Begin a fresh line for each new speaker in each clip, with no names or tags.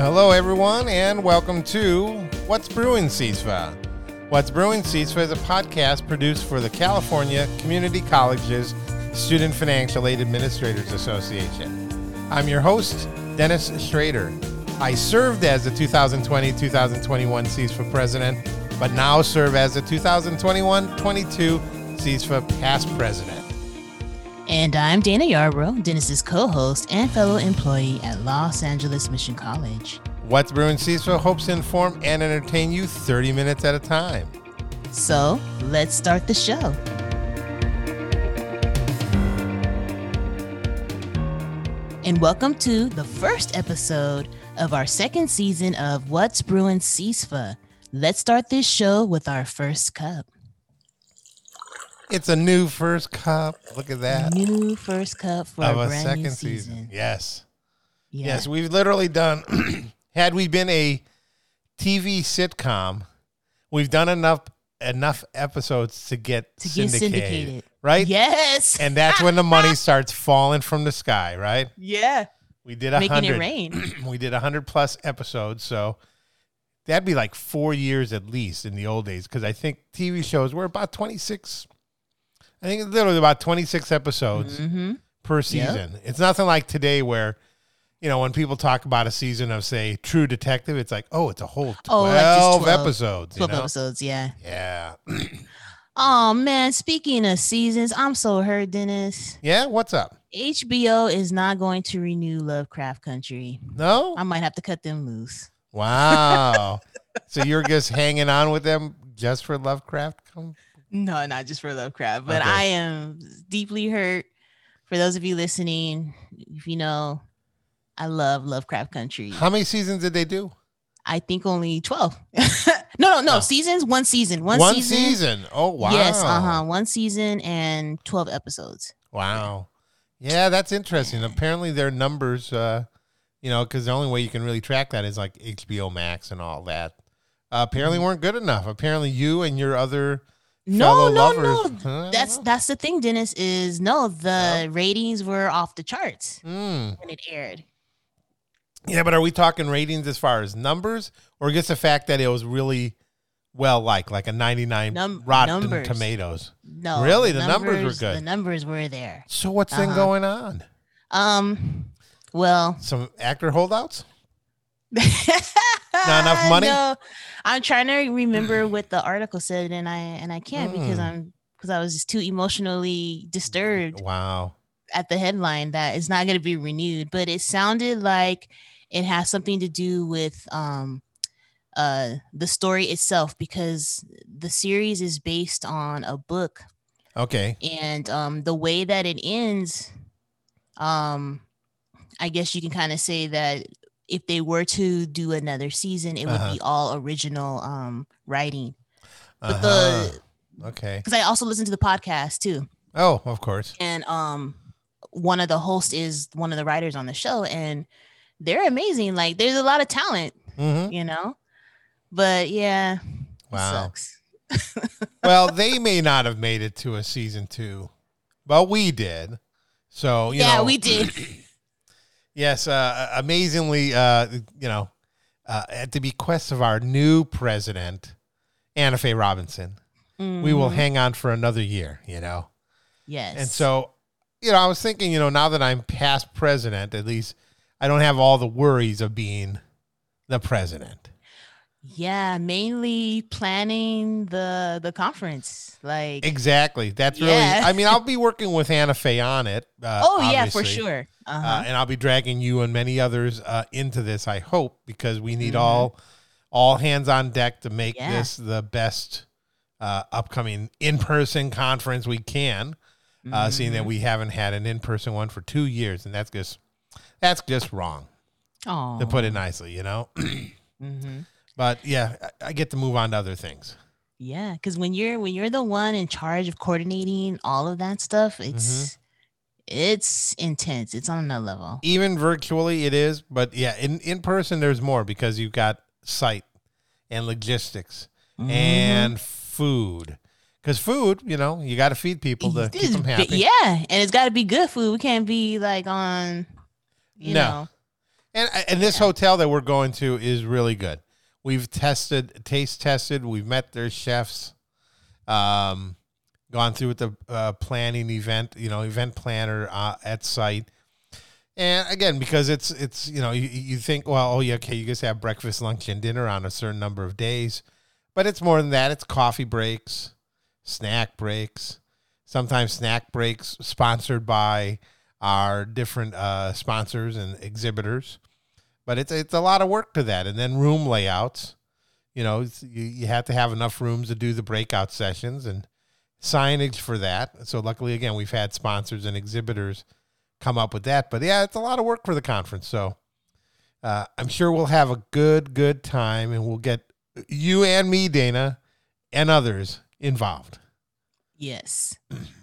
Hello, everyone, and welcome to What's Brewing CISFA. What's Brewing CISFA is a podcast produced for the California Community Colleges Student Financial Aid Administrators Association. I'm your host, Dennis Schrader. I served as the 2020 2021 CISFA president, but now serve as the 2021 22 CISFA past president.
And I'm Dana Yarbrough, Dennis's co host and fellow employee at Los Angeles Mission College.
What's Brewing CISFA hopes to inform and entertain you 30 minutes at a time.
So let's start the show. And welcome to the first episode of our second season of What's Brewing CISFA. Let's start this show with our first cup.
It's a new first cup. Look at that.
New first cup for
of
a
a
brand
second
new
season.
season.
Yes.
Yeah.
Yes. We've literally done, had we been a TV sitcom, we've done enough enough episodes to get,
To get
syndicated,
syndicated.
Right?
Yes.
And that's when the money starts falling from the sky, right?
yeah.
We did a
Making it
hundred.
rain.
we did a hundred plus episodes, so that'd be like four years at least in the old days. Because I think TV shows were about twenty six. I think it's literally about twenty six episodes
Mm-hmm.
per season. It's nothing like today where, you know, when people talk about a season of say True Detective, it's like, oh, it's a whole
Oh,
twelve,
like just 12
episodes.
12
you know?
episodes. Yeah.
Yeah,
Oh man, speaking of seasons, I'm so hurt, Dennis.
yeah. What's up?
HBO is not going to renew Lovecraft Country.
No.
I might have to cut them loose.
wow. so you're just hanging on with them just for Lovecraft? Come-
No, not just for Lovecraft, but
Okay.
I am deeply hurt. For those of you listening, if you know, I love Lovecraft Country.
How many seasons did they do?
I think only 12. no, no, no,
Oh.
seasons, one season, one, season.
Oh wow.
Yes, uh-huh, one season and 12 episodes.
Wow. Yeah, that's interesting. Apparently their numbers uh you know, cuz the only way you can really track that is like HBO Max and all that. Uh, apparently weren't good enough. Apparently you and your other
Mm-hmm. No,
fellow
no, no.
lovers. No.
That's that's the thing, Dennis. Is no, the
Yeah.
ratings were off the charts
mm.
when it aired.
Yeah, but are we talking ratings as far as numbers or just the fact that it was really well liked, like a 99
Num-
Rotten
numbers.
Tomatoes?
No,
Really? The numbers were good.
The numbers were there.
So what's then
Uh-huh.
going on?
Um, well,
Some actor holdouts?
not
enough money?
No, I'm trying to remember what the article said, and I and I can't because
Mm.
I'm because I was just too emotionally disturbed
Wow.
at the headline that it's not going to be renewed. But it sounded like it has something to do with um uh the story itself because the series is based on a book
Okay.
and um the way that it ends um i guess you can kind of say that if they were to do another season it would
Uh-huh.
be all original um writing but
Uh-huh.
the
Okay.
because i also listen to the podcast too
Oh, of course.
and um one of the hosts is one of the writers on the show and they're amazing like there's a lot of talent
hmm
you know but yeah it
Wow.
sucks
well, they may not have made it to a season two, but we did. So you
yeah
know,
we did
Yes, uh, amazingly, uh, you know, uh, at the bequest of our new president, Anna Faye Robinson, we will
Mhm.
hang on for another year. You know,
yes
And so, you know, I was thinking, you know, now that I'm past president, at least I don't have all the worries of being the president.
Yeah, mainly planning the the conference. Like
Exactly. That's
Yeah.
really, I mean, I'll be working with Anna Faye on it. Uh,
oh yeah, for
obviously.
sure. Uh-huh.
Uh, and I'll be dragging you and many others uh, into this, I hope, because we need
Mhm.
all all hands on deck to make
Yeah.
this the best uh, upcoming in person conference we can. Uh, Seeing
Mm-hmm.
that we haven't had an in person one for two years, and that's just that's just wrong.
oh,
to put it nicely, you know.
mm-hmm.
But yeah, I, I get to move on to other things.
yeah, because when you're when you're the one in charge of coordinating all of that stuff, it's
Mm-hmm.
it's intense. It's on another level.
Even virtually, it is. But yeah, in in person, there's more because you've got site and logistics
Mm-hmm.
and food. Because food, you know, you got to feed people to
Mhm. This
keep them
is bi-
happy.
yeah, and it's got to be good food. We can't be like on, you
No.
know,
And uh, and this hotel that we're going to is really good. We've tested, taste tested. We've met their chefs. Um, gone through with the uh, planning event, you know, event planner uh, at site. And again, because it's it's you know you, you think well oh yeah okay you guys have breakfast, lunch, and dinner on a certain number of days, but it's more than that. It's coffee breaks, snack breaks, sometimes snack breaks sponsored by our different uh, sponsors and exhibitors. But it's it's a lot of work to that, and then room layouts. You know, it's- you, you have to have enough rooms to do the breakout sessions and signage for that. So luckily, again, we've had sponsors and exhibitors come up with that. But yeah, it's a lot of work for the conference. So uh, I'm sure we'll have a good, good time, and we'll get you and me, Dana, and others involved.
Yes.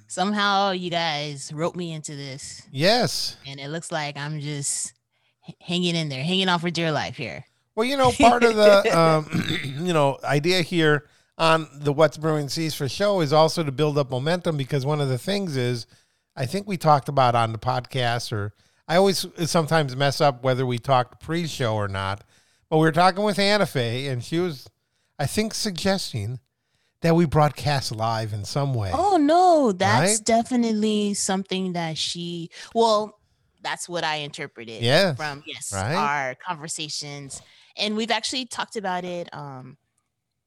Somehow you guys roped me into this,
Yes.
and it looks like I'm just h- hanging in there, hanging on for dear life here.
Well, you know, part of the um, you know idea here on the What's Brewing Seas for show is also to build up momentum because one of the things is I think we talked about on the podcast or I always sometimes mess up whether we talked pre-show or not, but we were talking with Anna Faye and she was I think suggesting that we broadcast live in some way.
Oh no, that's
Right?
definitely something that she. Well, that's what I interpreted
Yes,
from yes
right?
our conversations, and we've actually talked about it um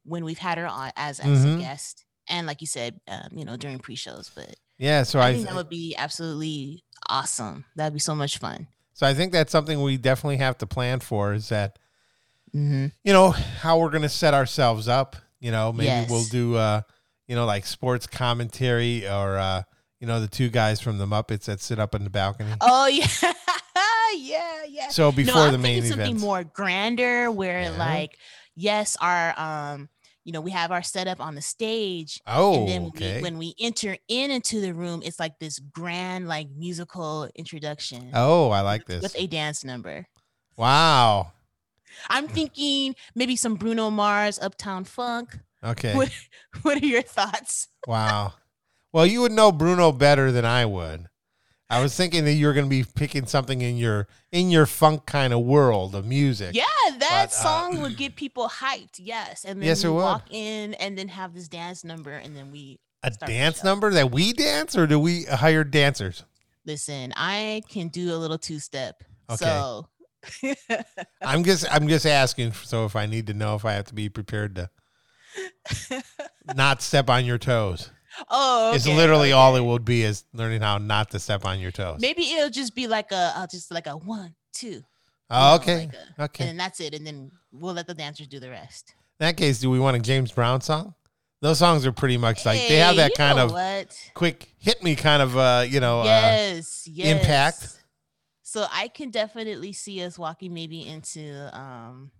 when we've had her on as, as
Mhm.
a guest, and like you said, um, you know during pre-shows. But
Yeah, so
I
I,
think that would be absolutely awesome. That'd be so much fun.
so I think that's something we definitely have to plan for is that
Mm-hmm.
you know how we're going to set ourselves up you know maybe
Yes.
we'll do uh you know like sports commentary or uh you know the two guys from the muppets that sit up in the balcony
Oh yeah, yeah, yeah.
so
No,
before
I'm
the main
thinking something
event
more grander where
Yeah.
like yes our um you know we have our setup on the stage
oh
and then when
okay
we, when we enter in into the room it's like this grand like musical introduction
oh i like this
with a dance number
wow
i'm
Mm.
thinking maybe some bruno mars uptown funk
okay
What- what are your thoughts
wow well you would know bruno better than i would i was thinking that you were going to be picking something in your in your funk kind of world of music
yeah that
uh,
song would get people hyped yes and then
Yes, it
we
would.
walk in and then have this dance number and then we
a
Start the
dance
show.
number that we dance or do we hire dancers
listen, I can do a little two step.
Okay.
So
I'm just I'm just asking so if I need to know if I have to be prepared to not step on your toes.
oh
it's
okay,
literally
okay.
all it would be is learning how not to step on your toes.
maybe it'll just be like a I'll just like a one, two. you
Oh,
know,
okay.
like a-
Okay.
And then that's it. And then we'll let the dancers do the rest.
In that case, do we want a James Brown song? Those songs are pretty much like they have
Hey,
that
you
kind
know
of
what?
quick hit me kind of uh, you know, uh,
yes, yes.
impact.
So I can definitely see us walking maybe into um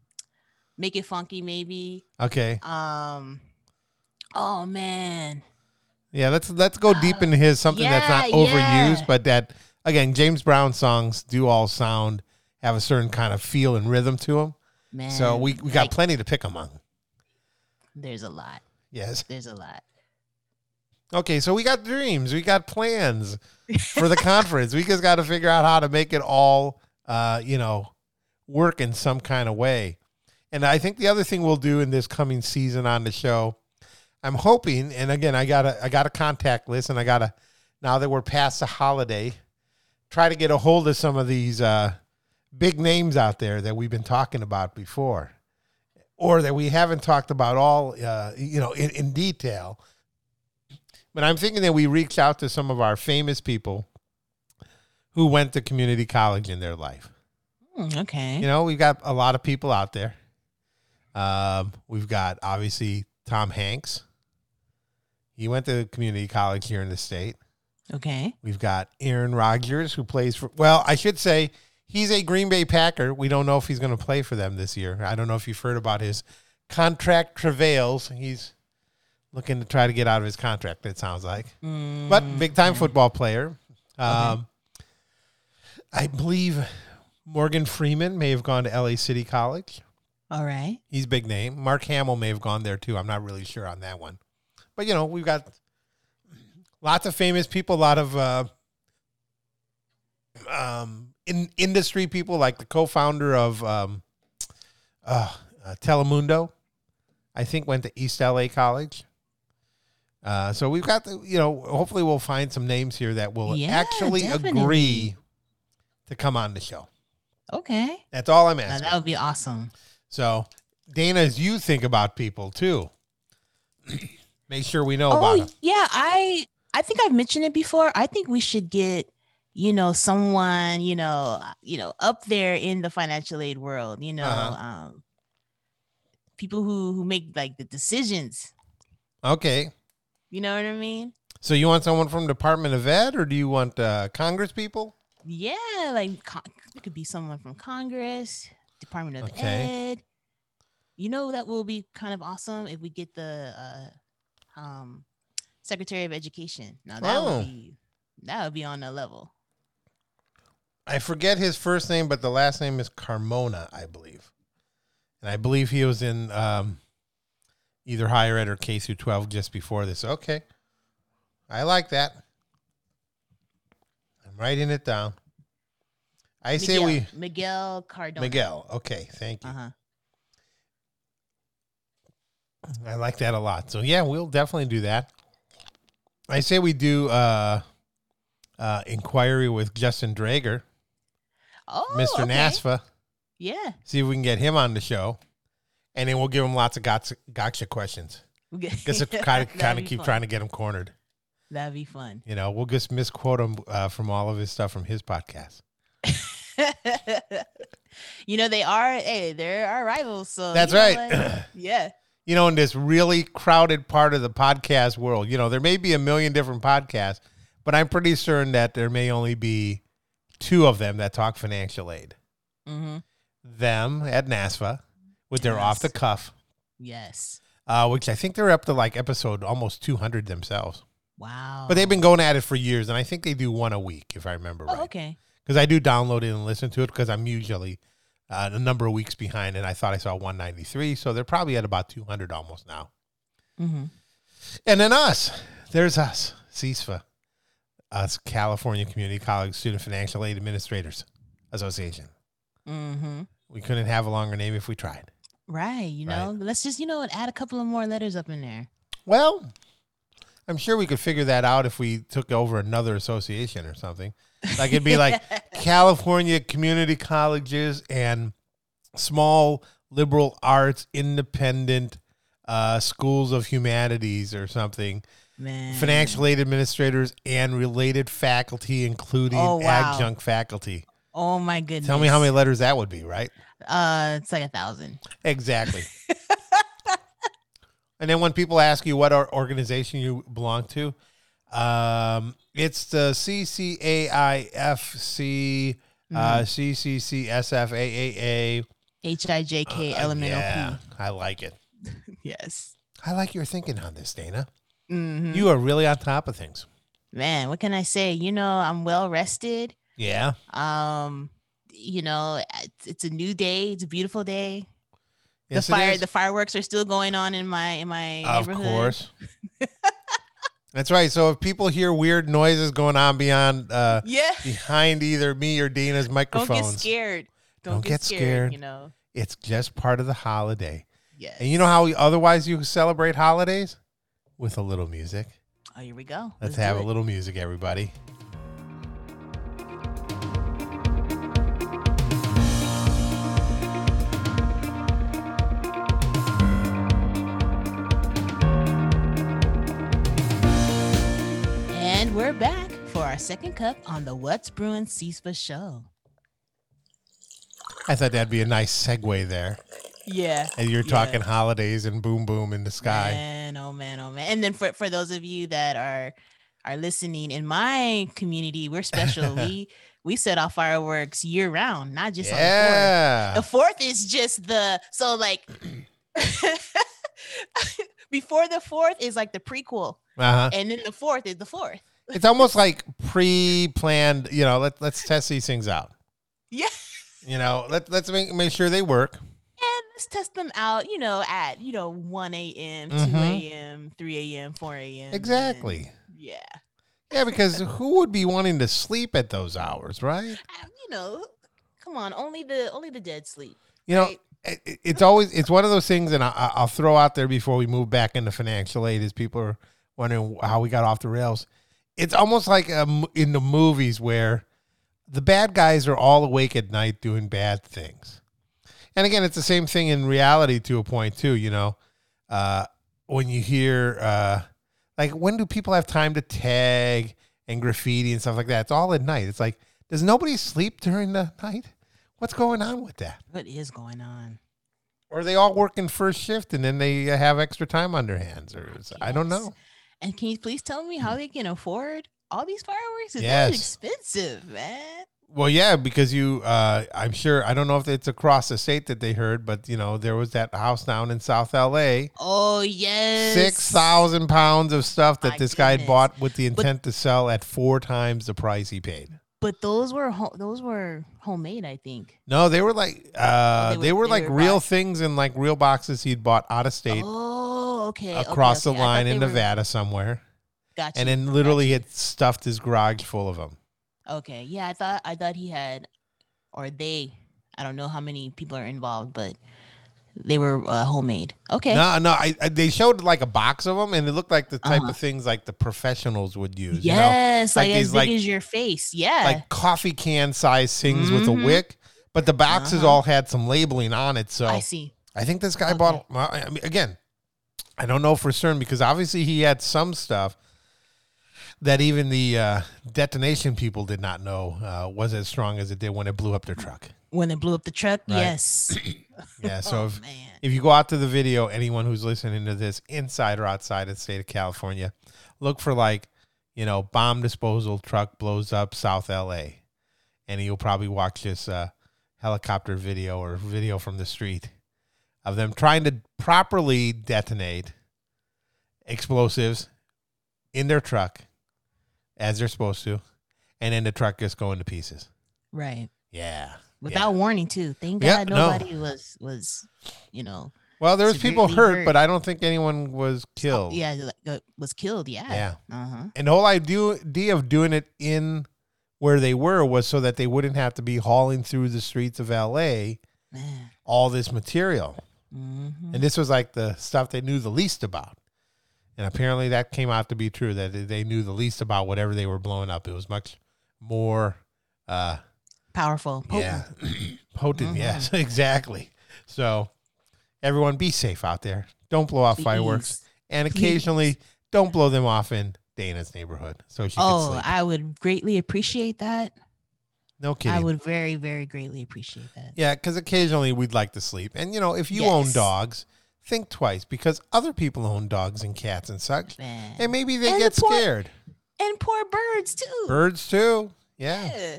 make it funky maybe.
Okay.
Um oh man.
Yeah, let's let's go deep into his something that's not
Yeah,
overused,
yeah.
but that again, James Brown songs do all sound have a certain kind of feel and rhythm to them.
Man.
so we, we got
like,
plenty to pick among.
there's a lot.
Yes.
There's a lot.
Okay, so we got dreams, we got plans for the conference. We just got to figure out how to make it all, uh, you know, work in some kind of way. And I think the other thing we'll do in this coming season on the show, I'm hoping, and again, I got to I got a contact list, and I got to now that we're past the holiday, try to get a hold of some of these uh, big names out there that we've been talking about before, or that we haven't talked about all, uh, you know, in, in detail. But I'm thinking that we reach out to some of our famous people who went to community college in their life.
Hmm, okay.
You know, we've got a lot of people out there. Um, we've got obviously Tom Hanks. He went to community college here in the state.
Okay.
We've got Aaron Rodgers, who plays for, well, I should say he's a Green Bay Packer. We don't know if he's going to play for them this year. I don't know if you've heard about his contract travails. He's looking to try to get out of his contract, it sounds like
Mm,
but big
Mm-hmm.
time football player. Um, I believe Morgan Freeman may have gone to LA City College.
All right.
He's big name. Mark Hamill may have gone there too. I'm not really sure on that one, but you know we've got lots of famous people, a lot of uh, um, in industry people like the co-founder of um, uh, uh, Telemundo, I think went to East LA College. Uh, so we've got the, you know, hopefully we'll find some names here that will
Yeah,
actually
definitely.
agree to come on the show.
Okay.
That's all I'm
Now,
asking.
that would be awesome.
So, Dana, as you think about people too, make sure we know about
Oh,
them.
yeah. I I think I've mentioned it before. I think we should get, you know, someone, you know, you know, up there in the financial aid world, you know,
Uh-huh.
um people who who make like the decisions.
Okay.
You know what I mean?
So you want someone from Department of Ed, or do you want uh, Congress people?
Yeah, like con- it could be someone from Congress, Department of
Okay.
Ed. You know that will be kind of awesome if we get the uh, um, Secretary of Education. Now that
Oh.
would be that would be on a level.
I forget his first name, but the last name is Carmona, I believe. And I believe he was in um, either higher ed or K through 12 just before this. Okay. I like that. I'm writing it down. I say
Miguel,
we.
Miguel Cardona.
Miguel. Okay. Thank you.
Uh huh.
I like that a lot. So yeah, we'll definitely do that. I say we do uh uh inquiry with Justin Drager,
Oh,
Mr.
okay.
NASFA.
Yeah.
See if we can get him on the show. And then we'll give him lots of gotcha, gotcha questions. Because kind of kind of keep trying to get him cornered.
That'd be fun.
You know, we'll just misquote him uh, from all of his stuff from his podcast.
you know they are. Hey, they're our rivals. So
That's
Oh, you know
right.
what? yeah.
you know, in this really crowded part of the podcast world, you know, there may be a million different podcasts, but I'm pretty certain that there may only be two of them that talk financial aid.
Mm-hmm.
Them at NASFA with their
Yes.
off the cuff,
Yes.
uh, which I think they're up to like episode almost 200 themselves.
Wow.
But they've been going at it for years, and I think they do one a week, if I remember
Oh,
right.
okay.
Because I do download it and listen to it because I'm usually uh, a number of weeks behind, and I thought I saw 193. So they're probably at about 200 almost now.
Mm-hmm.
And then us. There's us, CISFA, us California Community College Student Financial Aid Administrators Association.
Mm-hmm.
We couldn't have a longer name if we tried.
Right. You
Right.
know, let's just, you know, what, add a couple of more letters up in there.
Well, I'm sure we could figure that out if we took over another association or something. Like it'd be like California Community Colleges and Small Liberal Arts Independent uh, Schools of Humanities or something.
Man.
Financial aid administrators and related faculty, including
Oh, wow.
adjunct faculty.
Oh, my goodness.
Tell me how many letters that would be, right?
Uh, it's like a thousand.
Exactly. and then when people ask you what or- organization you belong to, um, it's the CCAIFC, uh,
Mm.
CCCSFAAA.
Mm-hmm. H I J K elemental
uh, Yeah, I like it.
P. Yes.
I like your thinking on this, Dana.
Mm-hmm.
You are really on top of things.
Man, what can I say? You know, I'm well rested.
Yeah.
Um, you know, it's, it's a new day. It's a beautiful day.
Yes, it
the fire,
is.
the fireworks are still going on in my in my
Of
neighborhood.
course. That's right. So if people hear weird noises going on beyond uh
Yeah.
behind either me or Dana's
Don't
microphones,
get scared. Don't,
Don't
get,
get
scared,
scared.
You know.
it's just part of the holiday.
Yes.
And you know how we, otherwise you celebrate holidays? With a little music.
Oh, here we go.
Let's
do
have a
it.
little music, everybody.
And we're back for our second cup on the What's Brewing CISPA show.
I thought that'd be a nice segue there.
Yeah.
And you're
Yeah.
talking holidays and boom boom in the sky.
Man, oh man, oh man. And then for, for those of you that are are listening in my community, we're special. we we set off fireworks year round, not just on
yeah.
the fourth. The fourth is just the so like before the fourth is like the prequel.
Uh-huh.
And then the fourth is the fourth.
It's almost like pre-planned, you know, let, let's test these things out.
Yeah.
You know, let, let's make, make sure they work.
and let's test them out, you know, at you know 1 a.m., 2
Mhm.
a.m., 3 a.m., 4 a.m. and then-
Exactly.
Yeah.
Yeah, because who would be wanting to sleep at those hours, right?
I- You know, come on, only the only the dead sleep.
You know,
Right.
it- it- it's always it's one of those things, and I- I, I'll throw out there before we move back into financial aid is people are wondering how we got off the rails. It's almost like um, in the movies where the bad guys are all awake at night doing bad things, and again, it's the same thing in reality to a point too. You know, uh, when you hear uh, like when do people have time to tag and graffiti and stuff like that? It's all at night. It's like does nobody sleep during the night? What's going on with that?
What is going on?
or they all work in first shift and then they have extra time on their hands or it's- i don't
Yes.
know Hmm.
And can you please tell me how they can afford all these fireworks? It's
Yes.
expensive, man.
well yeah because you uh, i'm sure i don't know if it's across the state that they heard but you know there was that house down in south la
Oh yes,
6000 pounds of stuff that
My
this guy had
goodness.
bought with the intent to sell at four times the price he paid
But those were ho- those were homemade, I think.
no they were like uh,
Oh, they
they,
were-
were
they
like
were
real
boxed.
things in like real boxes he'd bought out of state
Oh, okay. okay,
across
okay.
the
I thought
line
they
in
were-
nevada somewhere
Gotcha.
and then literally
gotcha.
had stuffed his garage full of them
Okay. Yeah, I thought I thought he had, or they. I don't know how many people are involved, but they were uh, homemade. Okay.
No, no. I, I they showed like a box of them, and it looked like the type
Uh-huh.
of things like the professionals would use. You know?
yes,
like
like,
these,
as big
like-
as your face. Yeah.
Like coffee can size things with a
Mhm.
wick, but the boxes
Uh-huh.
all had some labeling on it. So
I
I,
see.
think this guy
Okay.
bought. well, I mean, again, I don't know for certain because obviously he had some stuff that even the uh, detonation people did not know uh, was as strong as it did when it blew up their truck.
When it blew up the truck.
Right.
Yes.
Yeah. So
oh
if,
man.
If you go out to the video, anyone who's listening to this inside or outside of the state of California, look for like, you know, bomb disposal truck blows up South LA. And you'll probably watch this uh, helicopter video or video from the street of them trying to properly detonate explosives in their truck as they're supposed to. And then the truck just going to pieces.
Right.
Yeah.
Without warning too. Thank
Yeah,
God
no.
nobody was was, you know.
Well, there was people
Severely
hurt,
hurt.
but I don't think anyone was killed.
Yeah. Like, uh, was killed. Yeah.
Oh. Yeah.
Uh huh.
and the whole idea idea of doing it in where they were was so that they wouldn't have to be hauling through the streets of LA
Man.
all this material.
Mhm.
And this was like the stuff they knew the least about. And apparently that came out to be true that they- they knew the least about whatever they were blowing up. It was much more uh
Powerful. Potent.
yeah, potent,
Mhm.
yes, exactly. So everyone be safe out there. Don't blow off fireworks
Please.
and
Please.
occasionally don't blow them off in Dana's neighborhood so she can
Oh,
sleep.
I would greatly appreciate that.
no kidding.
I would very, very greatly appreciate that.
Yeah, because occasionally we'd like to sleep. And, you know, if you own
Yes.
dogs, think twice because other people own dogs and cats and such.
Man.
And maybe they
And
get
the poor-
scared.
and poor birds too.
Birds, too. Yeah.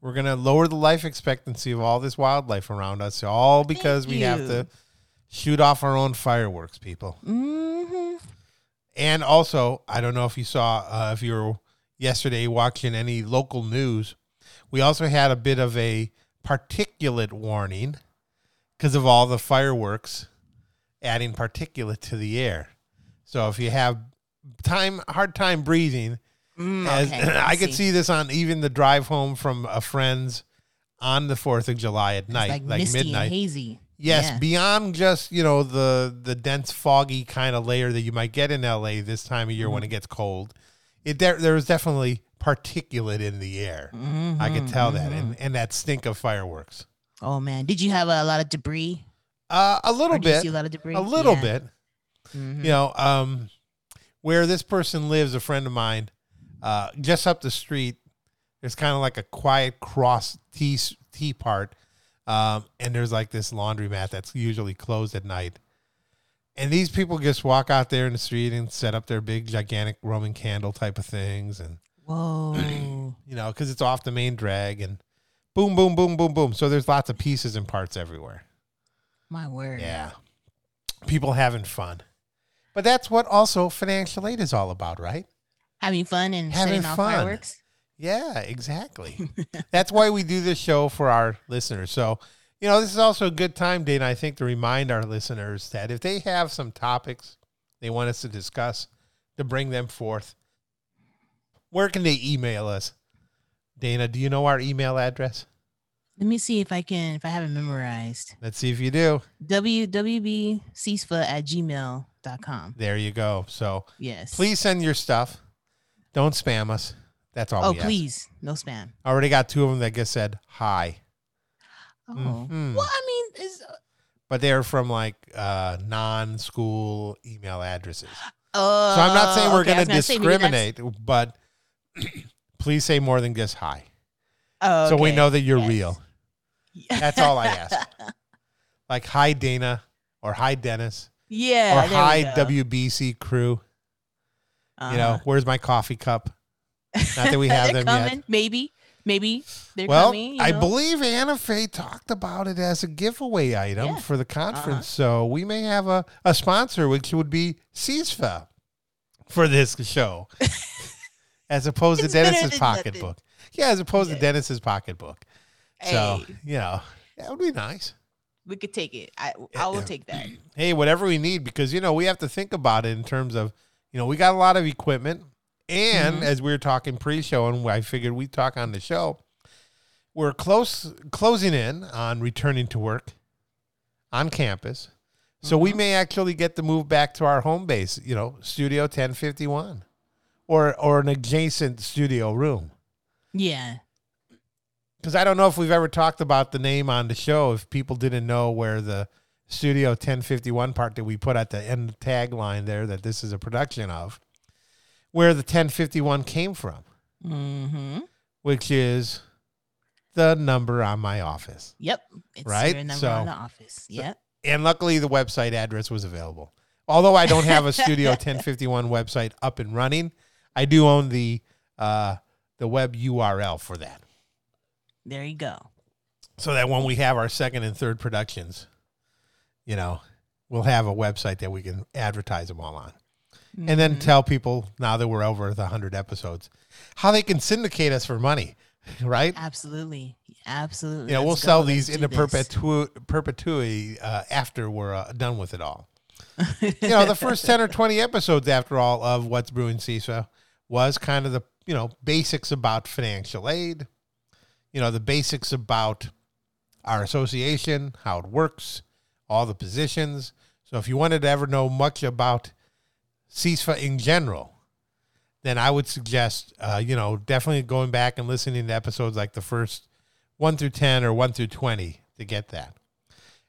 We're going to lower the life expectancy of all this wildlife around us, all because we have
you.
to shoot off our own fireworks, people.
hmm
And also, I don't know if you saw, uh, if you were yesterday watching any local news, we also had a bit of a particulate warning because of all the fireworks adding particulate to the air. So if you have time, hard time breathing,
Mm,
as, I could see this on even the drive home from a friend's on the 4th of July at night,
like,
like
misty
midnight.
and hazy.
Yes,
Yeah.
beyond just you know the the dense foggy kind of layer that you might get in LA this time of year
Mm-hmm.
when it gets cold, it there there was definitely particulate in the air. I could
Mhm,
tell that, and
mhm.
and that stink of fireworks.
Oh man, did you have a lot of debris?
Uh, a
Or
little
did you
bit,
see a lot of debris.
a little
Yeah.
bit.
Mhm.
You know, um, where this person lives, a friend of mine, uh, just up the street, there's kind of like a quiet cross T T part, um, and there's like this laundromat that's usually closed at night, and these people just walk out there in the street and set up their big gigantic Roman candle type of things, and
Whoa.
you know, because it's off the main drag, and boom, boom, boom, boom, boom. So there's lots of pieces and parts everywhere.
My word.
Yeah. People having fun. But that's what also financial aid is all about, right?
Having fun and
Having
setting off
fun.
fireworks.
Yeah, exactly. that's why we do this show for our listeners. So, you know, this is also a good time, Dana, I think, to remind our listeners that if they have some topics they want us to discuss, to bring them forth. Where can they email us? Dana, do you know our email address?
Let me see if I can, if I haven't memorized.
Let's see if you do.
www.ceasefa at gmail.com.
There you go. So
Yes.
please send your stuff. Don't spam us. That's all.
Oh,
we ask.
please. No spam.
Already got two of them that just said hi,
Oh.
Mhm.
Well, I mean, it's,
but they're from like uh, non-school email addresses.
uh,
So I'm not saying we're
okay, I
going
was
to
gonna say maybe that's-
discriminate, but please say more than just hi,
Oh,
so we
okay.
know that you're
yes.
real. That's all I ask. Like hi Dana or hi Dennis
yeah.
or
there we
hi
go.
WBC crew. You know,
Uh-huh.
where's my coffee cup? Not that we have
they're
them yet.
coming. Maybe, maybe they're
well,
coming. you
I
know?
believe Anna Faye talked about it as a giveaway item
Yeah. Uh-huh.
for the conference. So we may have a, a sponsor, which would be CISFA for this show, as opposed to
It's better
Dennis's
than
pocketbook. Yeah, as opposed to
Yeah.
Dennis's pocketbook. So,
Hey,
you know, that would be nice.
we could take it. I, I will
yeah.
take that.
hey, whatever we need, because you know we have to think about it in terms of, you know, we got a lot of equipment, and
Mhm.
as we were talking pre-show, and I figured we would talk on the show, we're close closing in on returning to work, on campus, so we may actually get to move back to our home base, you know, Studio Ten Fifty One, or or an adjacent studio room.
Yeah.
Because I don't know if we've ever talked about the name on the show. If people didn't know where the Studio 1051 part that we put at the end tagline there, that this is a production of, where the 1051 came from,
Mm-hmm.
which is the number on my office.
Yep. It's
Right?
Your number
So-
on the office. Yep.
And luckily, the website address was available. Although I don't have a Studio 1051 website up and running, I do own the uh, the web URL for that.
There you go.
so that when we have our second and third productions, you know, we'll have a website that we can advertise them all on. And
Mm-hmm.
then tell people now that we're over the 100 episodes how they can syndicate us for money, right?
Absolutely. Absolutely.
You know, we'll
Let's go.
sell
Let's
these
do
into
this.
perpetu- perpetuity uh, after we're uh, done with it all. you know, the first 10 or 20 episodes, after all, of What's Brewing CISA was kind of the, you know, basics about financial aid, you know, the basics about our association, how it works, all the positions. So if you wanted to ever know much about CISA in general, then I would suggest, uh, you know, definitely going back and listening to episodes like the first one through 10 or one through 20 to get that.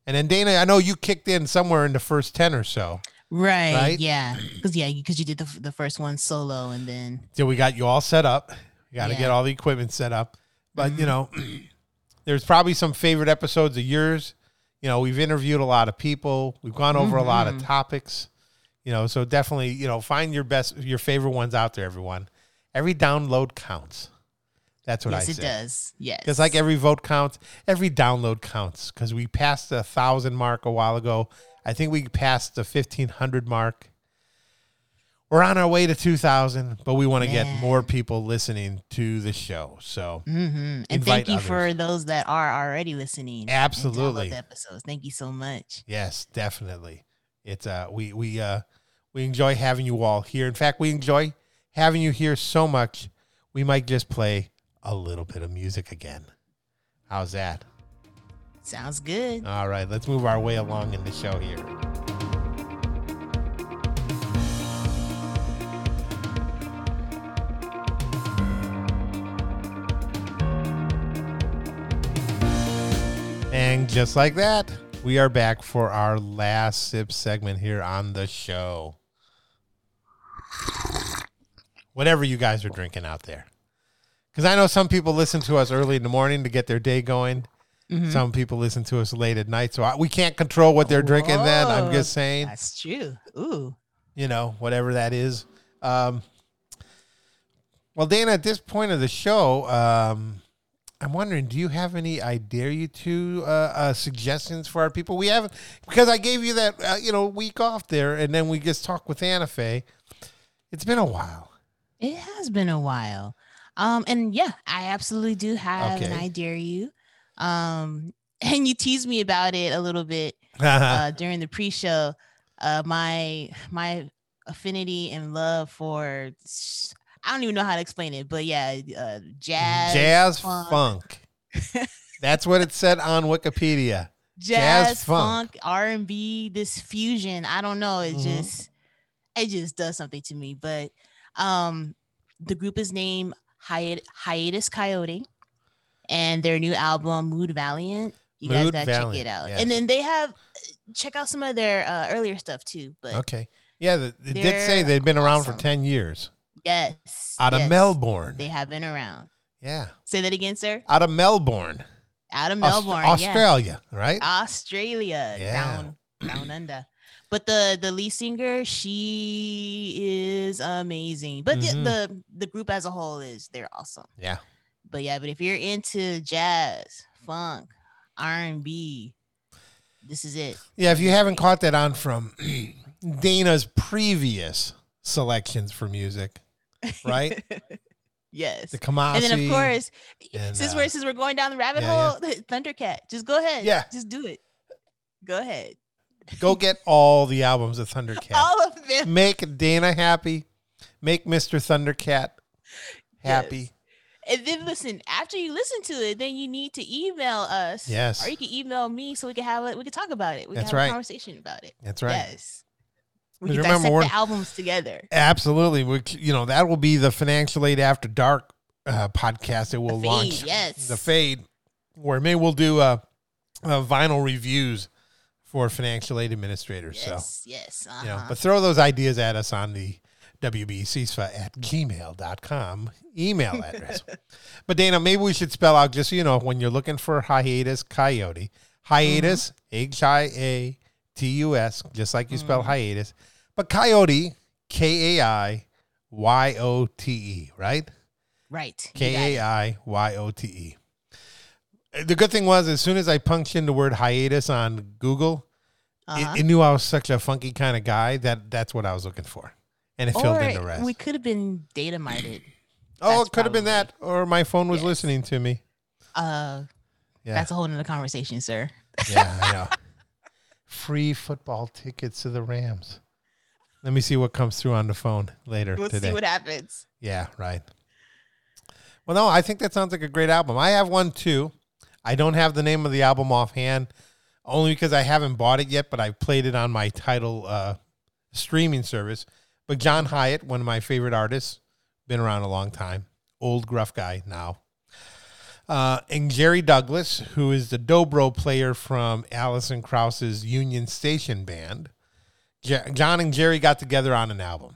And then Dana, I know you kicked in somewhere in the first 10 or so.
Right.
Right?
Yeah. Because yeah, because you did the, f- the first one solo, and then
So we got you all set up. You got to
Yeah. Mm-hmm.
get all the equipment set up. But, you know, there's probably some favorite episodes of yours. You know, we've interviewed a lot of people, we've gone over a lot of
Mm-hmm.
topics. You know, so definitely, you know, find your best, your favorite ones out there, everyone. Every download counts. That's what
yes,
I
it
say.
does. Yes.
Because like every vote counts, every download counts. Because we passed the thousand mark a while ago. I think we passed the fifteen hundred mark. We're on our way to two thousand, but we want to get
Man.
more people listening to the show. So
hmm And
Invite
thank you for those that are already listening. and download
Absolutely.
the episodes. Thank you so much.
yes, definitely, it's uh we we uh we enjoy having you all here. In fact, we enjoy having you here so much. We might just play a little bit of music again. How's that?
Sounds good.
All right, let's move our way along in the show here. And just like that, we are back for our last sip segment here on the show. Whatever you guys are drinking out there. Because I know some people listen to us early in the morning to get their day going.
Mhm.
Some people listen to us late at night, so I, we can't control what they're drinking. Then I'm
Whoa.
just saying,
That's true. Ooh.
you know, whatever that is. Um, well, Dana, at this point of the show, um, I'm wondering, do you have any? I dare you to uh, uh, suggestions for our people. We haven't because I gave you that uh, you know week off there, and then we just talked with Anna Faye. It's been a while.
It has been a while. Um, and yeah, I absolutely do have an
Okay.
I dare you. Um, and you teased me about it a little bit uh, during the pre-show. Uh, my my affinity and love for s- I don't even know how to explain it, but yeah, uh, jazz,
Jazz
funk.
funk. That's what it said on Wikipedia.
jazz,
Jazz funk.
funk, R and B, this fusion. I don't know. It
Mhm.
just it just does something to me. But um the group is named Hiat- Hiatus Coyote, and their new album Mood Valiant. You
Mood
guys gotta check
Valiant,
it out.
yes.
And then they have check out some of their uh, earlier stuff too. But
Okay. Yeah, th- it did say
They're
they've been around for
awesome.
10 years
yes,
out of
yes,
Melbourne.
they have been around.
yeah.
Say that again, sir.
Out of Melbourne.
Out of
Aus-
Melbourne, yeah.
Australia, right?
Australia
Yeah.
down down under. But the the lead singer, she is amazing. But
Mhm.
the, the the group as a whole is they're awesome.
Yeah.
But yeah, but if you're into jazz, funk, R and B, this is it.
Yeah, if you haven't caught that on from Dana's previous selections for music, right?
yes.
the Kamasi.
and then of course,
and,
since
uh,
we're since we're going down the rabbit
yeah,
hole, Thundercat, just go ahead.
Yeah.
Just do it. Go ahead.
go get all the albums of Thundercat.
All of them.
Make Dana happy. Make Mr. Thundercat happy.
And then listen, after you listen to it, then you need to email us.
Yes.
Or you can email me so we can have it. We can talk about it. We can
That's
have
right.
a conversation about it.
That's right.
Yes. We
'Cause
can
remember,
dissect
we're-
the albums together.
Absolutely. We, c- you know, that will be the Financial Aid After Dark uh, podcast that we'll
fade,
launch.
yes.
The Fade, where maybe we'll do uh, uh, vinyl reviews for financial aid administrators. So.
Yes. Yes. Uh-huh.
you know, but throw those ideas at us on the wbcsfa at gmail.com email address. but Dana, maybe we should spell out just so you know when you're looking for hiatus coyote, hiatus, H I A T U S, just like you spell
Mhm.
hiatus, but coyote, K A I Y O T E, right?
right. you got
K
it.
A I Y O T E. The good thing was, as soon as I punched in the word hiatus on Google,
Uh-huh.
it, it knew I was such a funky kind of guy that that's what I was looking for, and it filled in the
Or
rest.
we could have been data minded.
oh,
that's
it could have been that, or my phone was
Yes.
listening to me.
Uh,
Yeah.
That's a whole nother conversation, sir.
Yeah, I know. Free football tickets to the Rams. Let me see what comes through on the phone later
We'll
today.
see what happens.
yeah, right. Well, no, I think that sounds like a great album. I have one too. I don't have the name of the album offhand, only because I haven't bought it yet, but I played it on my title uh, streaming service. But John Hyatt, one of my favorite artists, been around a long time, old gruff guy now. Uh, and Jerry Douglas, who is the dobro player from Alison Krauss's Union Station Band. Ja- John and Jerry got together on an album.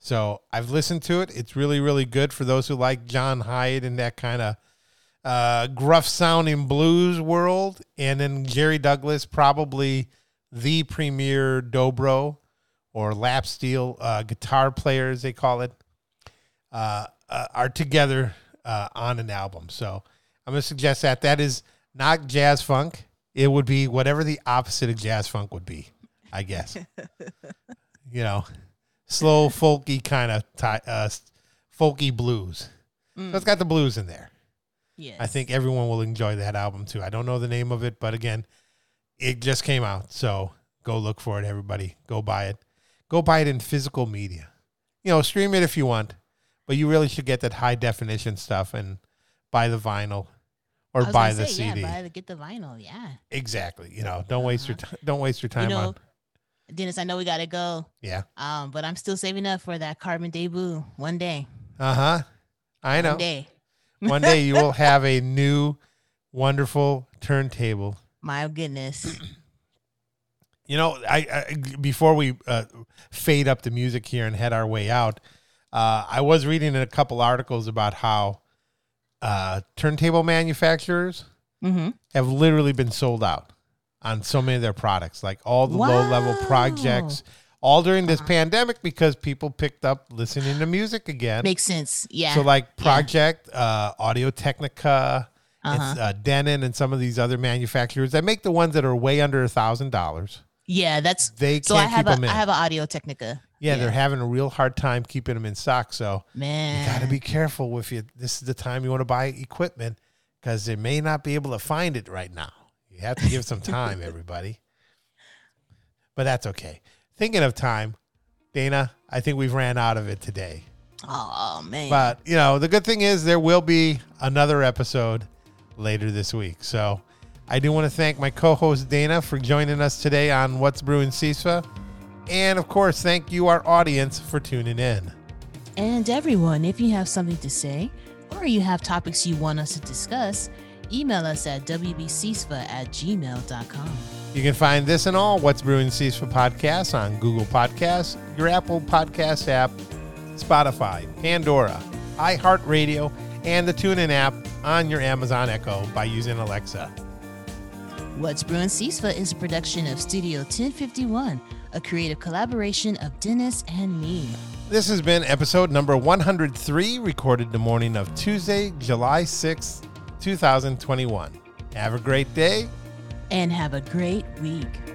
So I've listened to it. It's really, really good for those who like John Hyatt and that kind of uh, gruff sounding blues world. And then Jerry Douglas, probably the premier dobro or lap steel uh, guitar player, as they call it, uh, uh, are together uh, on an album. So I'm going to suggest that. That is not jazz funk. It would be whatever the opposite of jazz funk would be, I guess. you know, slow, folky kind of ty- uh, s- folky blues. So it's
Mm,
got the blues in there.
yes.
I think everyone will enjoy that album too. I don't know the name of it, but again, it just came out. So go look for it, everybody. Go buy it. Go buy it in physical media. You know, stream it if you want, but you really should get that high definition stuff and buy the vinyl
I
or
was
buy
gonna
the
say,
CD.
Yeah, buy the, get the vinyl. Yeah.
exactly. You know, don't waste your time. Don't waste your time
know-
on.
Dennis, I know we got to go.
Yeah.
Um, but I'm still saving up for that Carbon debut one day.
Uh huh. I know.
One day.
One day you will have a new, wonderful turntable
My goodness.
You know, I, I before we uh, fade up the music here and head our way out, uh, I was reading a couple articles about how uh, turntable manufacturers
Mm-hmm.
have literally been sold out on so many of their products, like all the low level
Wow.
projects, all during this
Uh-huh.
pandemic because people picked up listening to music again.
Makes sense. Yeah.
So, like
yeah.
Project, uh, Audio Technica,
uh-huh.
it's, uh, Denon, and some of these other manufacturers that make the ones that are way under a thousand dollars.
Yeah, that's
They can't
so I
keep
have a
them in.
I have an audio technica.
Yeah, they're
Yeah.
having a real hard time keeping them in stock. So you
Man.
got to be careful with you. This is the time you want to buy equipment because they may not be able to find it right now. You have to give some time, everybody. But that's okay. Thinking of time, Dana, I think we've ran out of it today.
Oh man.
But you know, the good thing is there will be another episode later this week. So I do want to thank my co-host Dana for joining us today on What's Brewing CISFA. And of course, thank you, our audience, for tuning in.
And everyone, if you have something to say or you have topics you want us to discuss, email us at wbcsfa at gmail.com.
You can find this and all What's Brewing CISFA podcasts on Google Podcasts, your Apple Podcast app, Spotify, Pandora, iHeartRadio, and the TuneIn app on your Amazon Echo by using Alexa.
What's Brewing CISFA is a production of Studio 1051, a creative collaboration of Dennis and me.
This has been episode number 103, recorded the morning of Tuesday, July 6th, 2021. Have a great day.
And have a great week.